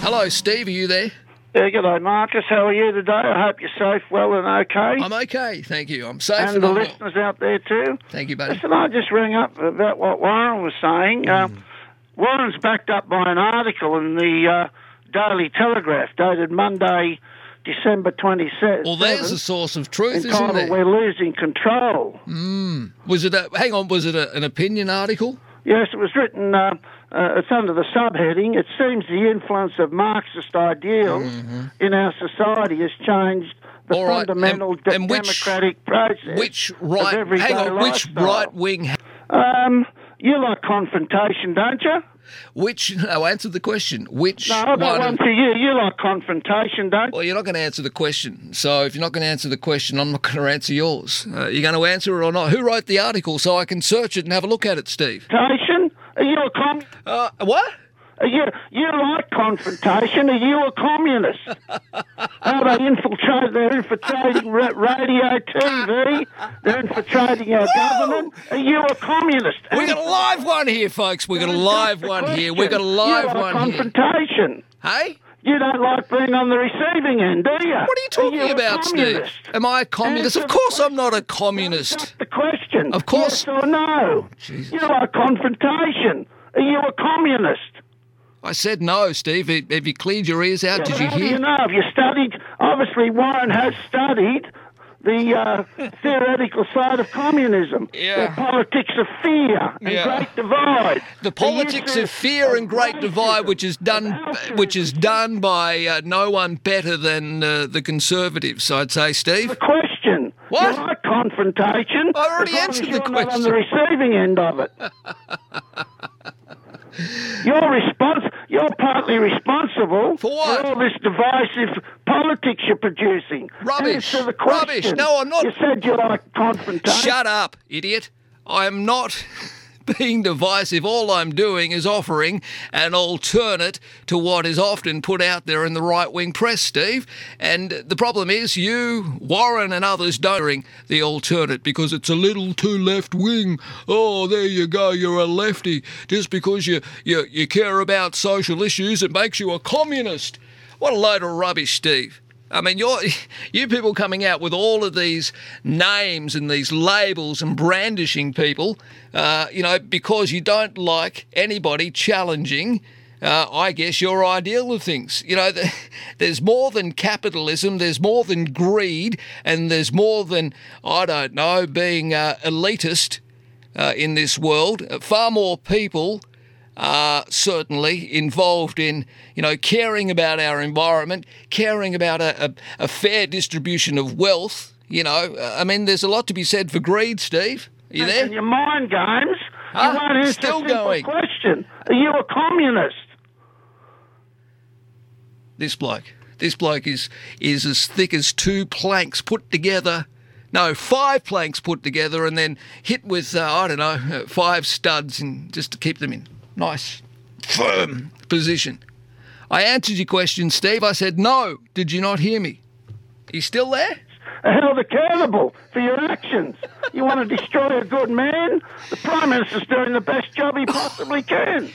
Hello, Steve. Are you there? Yeah, g'day, Marcus. How are you today? I hope you're safe, well, and okay. I'm okay. Thank you. I'm safe. and And the I'm well. listeners out there too. Thank you, buddy. Listen, I just rang up about what Warren was saying. Mm. Um, Warren's backed up by an article in the uh, Daily Telegraph dated Monday, December 27th. Well, there's a source of truth, isn't entitled there? "We're Losing Control." Was it a, hang on, was it a, an opinion article? Yes, it was written. Uh, uh, it's under the subheading. It seems the influence of Marxist ideals in our society has changed Mm-hmm. the All right, and- fundamental de- and which- democratic process. Which of right, everyday hang on, which lifestyle. right wing, Um, you like confrontation, don't you? which, no, answer the question. Which No, I've got one? one for you. You like confrontation, don't you? Well, you're not going to answer the question. So if you're not going to answer the question, I'm not going to answer yours. Uh, you're going to answer it or not. Who wrote the article so I can search it and have a look at it, Steve? Confrontation? Are you a com? Uh, what? Are you you like confrontation? Are you a communist? How they infiltrate? They're infiltrating ra- radio, TV. They're infiltrating our government. Are you a communist? We got a live one here, folks. We got a live one here. We got a you live like one here. confrontation. Hey, You don't like being on the receiving end, do you? what are you talking a about, Steve? communist? Am I a communist? Of Answer the course, I'm not a That's communist. the question. Of course. Oh, Yes or no? Jesus. You like confrontation? Are you a communist? I said no, Steve. Have have you cleared your ears out? Did you How do you hear? know? Have you studied? Obviously, Warren has studied the uh, theoretical side of communism. Yeah. The politics of fear and Yeah. great divide. The politics use of fear and great divide, which is done, which is done by uh, no one better than uh, the conservatives, I'd say, Steve. The question. What? You like confrontation? I already as long answered as the you're not on the receiving end of it. You're, respons- you're partly responsible For what? all this divisive politics you're producing. Rubbish. Answer the Rubbish. question. No, I'm not- You said you like confrontation. Shut up, idiot. I'm not being divisive. All I'm doing is offering an alternate to what is often put out there in the right wing press, Steve. And the problem is, you, Warren, and others don't bring the alternate because it's a little too left wing. Oh, there you go. You're a lefty. Just because you, you, you care about social issues, it makes you a communist. What a load of rubbish, Steve. I mean, you're, you people coming out with all of these names and these labels and brandishing people, uh, you know, because you don't like anybody challenging, uh, I guess, your ideal of things. You know, the, there's more than capitalism, there's more than greed, and there's more than, I don't know, being uh, elitist uh, in this world. Uh, Far more people are certainly involved in, you know, caring about our environment, caring about a, a, a fair distribution of wealth. You know, Uh, I mean, there's a lot to be said for greed, Steve. Are you And there? your mind games. Huh? You won't answer Still a simple going. question. Are you a communist? This bloke, this bloke is is as thick as two planks put together. No, five planks put together and then hit with uh, I don't know uh, five studs and just to keep them in nice firm position. I answered your question, Steve. I said no. Did you not hear me? You still there? Are held accountable for your actions. You want to destroy a good man? The Prime Minister's doing the best job he possibly can.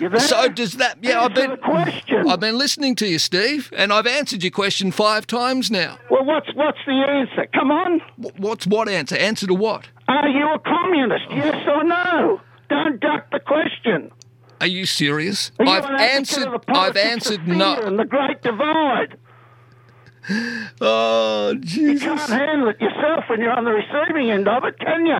You there? So does that? Yeah, I've Answer been the question. I've been listening to you, Steve, and I've answered your question five times now. Well, what's what's the answer? Come on. Wh- What's what answer? Answer to what? Are you a communist? Yes or no? Don't duck the question. Are you serious? Are you I've an advocate answered. of the I've politics of answered fear no. And the great divide. Oh You can't Jesus! handle it yourself when you're on the receiving end of it, can you?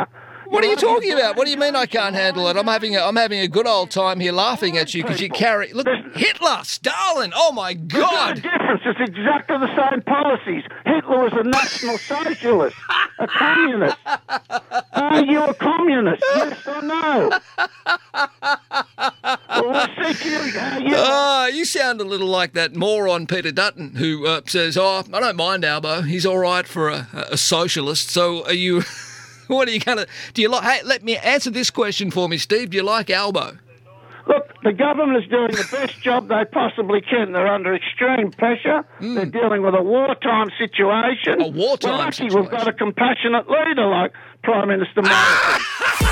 What are you You're on the talking about? What do you mean I can't handle it? I'm having a, I'm having a good old time here, laughing at you because you carry. Look, Hitler, Stalin. Oh my The God! difference is exactly the same policies. Hitler was a national socialist, a communist. Are you a communist? Yes or no? Well, I see you. Are you Ah, you sound a little like that moron Peter Dutton who uh, says, "Oh, I don't mind Albo. He's all right for a, a socialist." So, are you? What are you gonna? Do you like? Hey, let me answer this question for me, Steve. Do you like Albo? Look, the government is doing the best job they possibly can. They're under extreme pressure. They're dealing with a wartime situation. Hmm. A wartime We're lucky situation. Ah! We've got a compassionate leader like Prime Minister Morrison.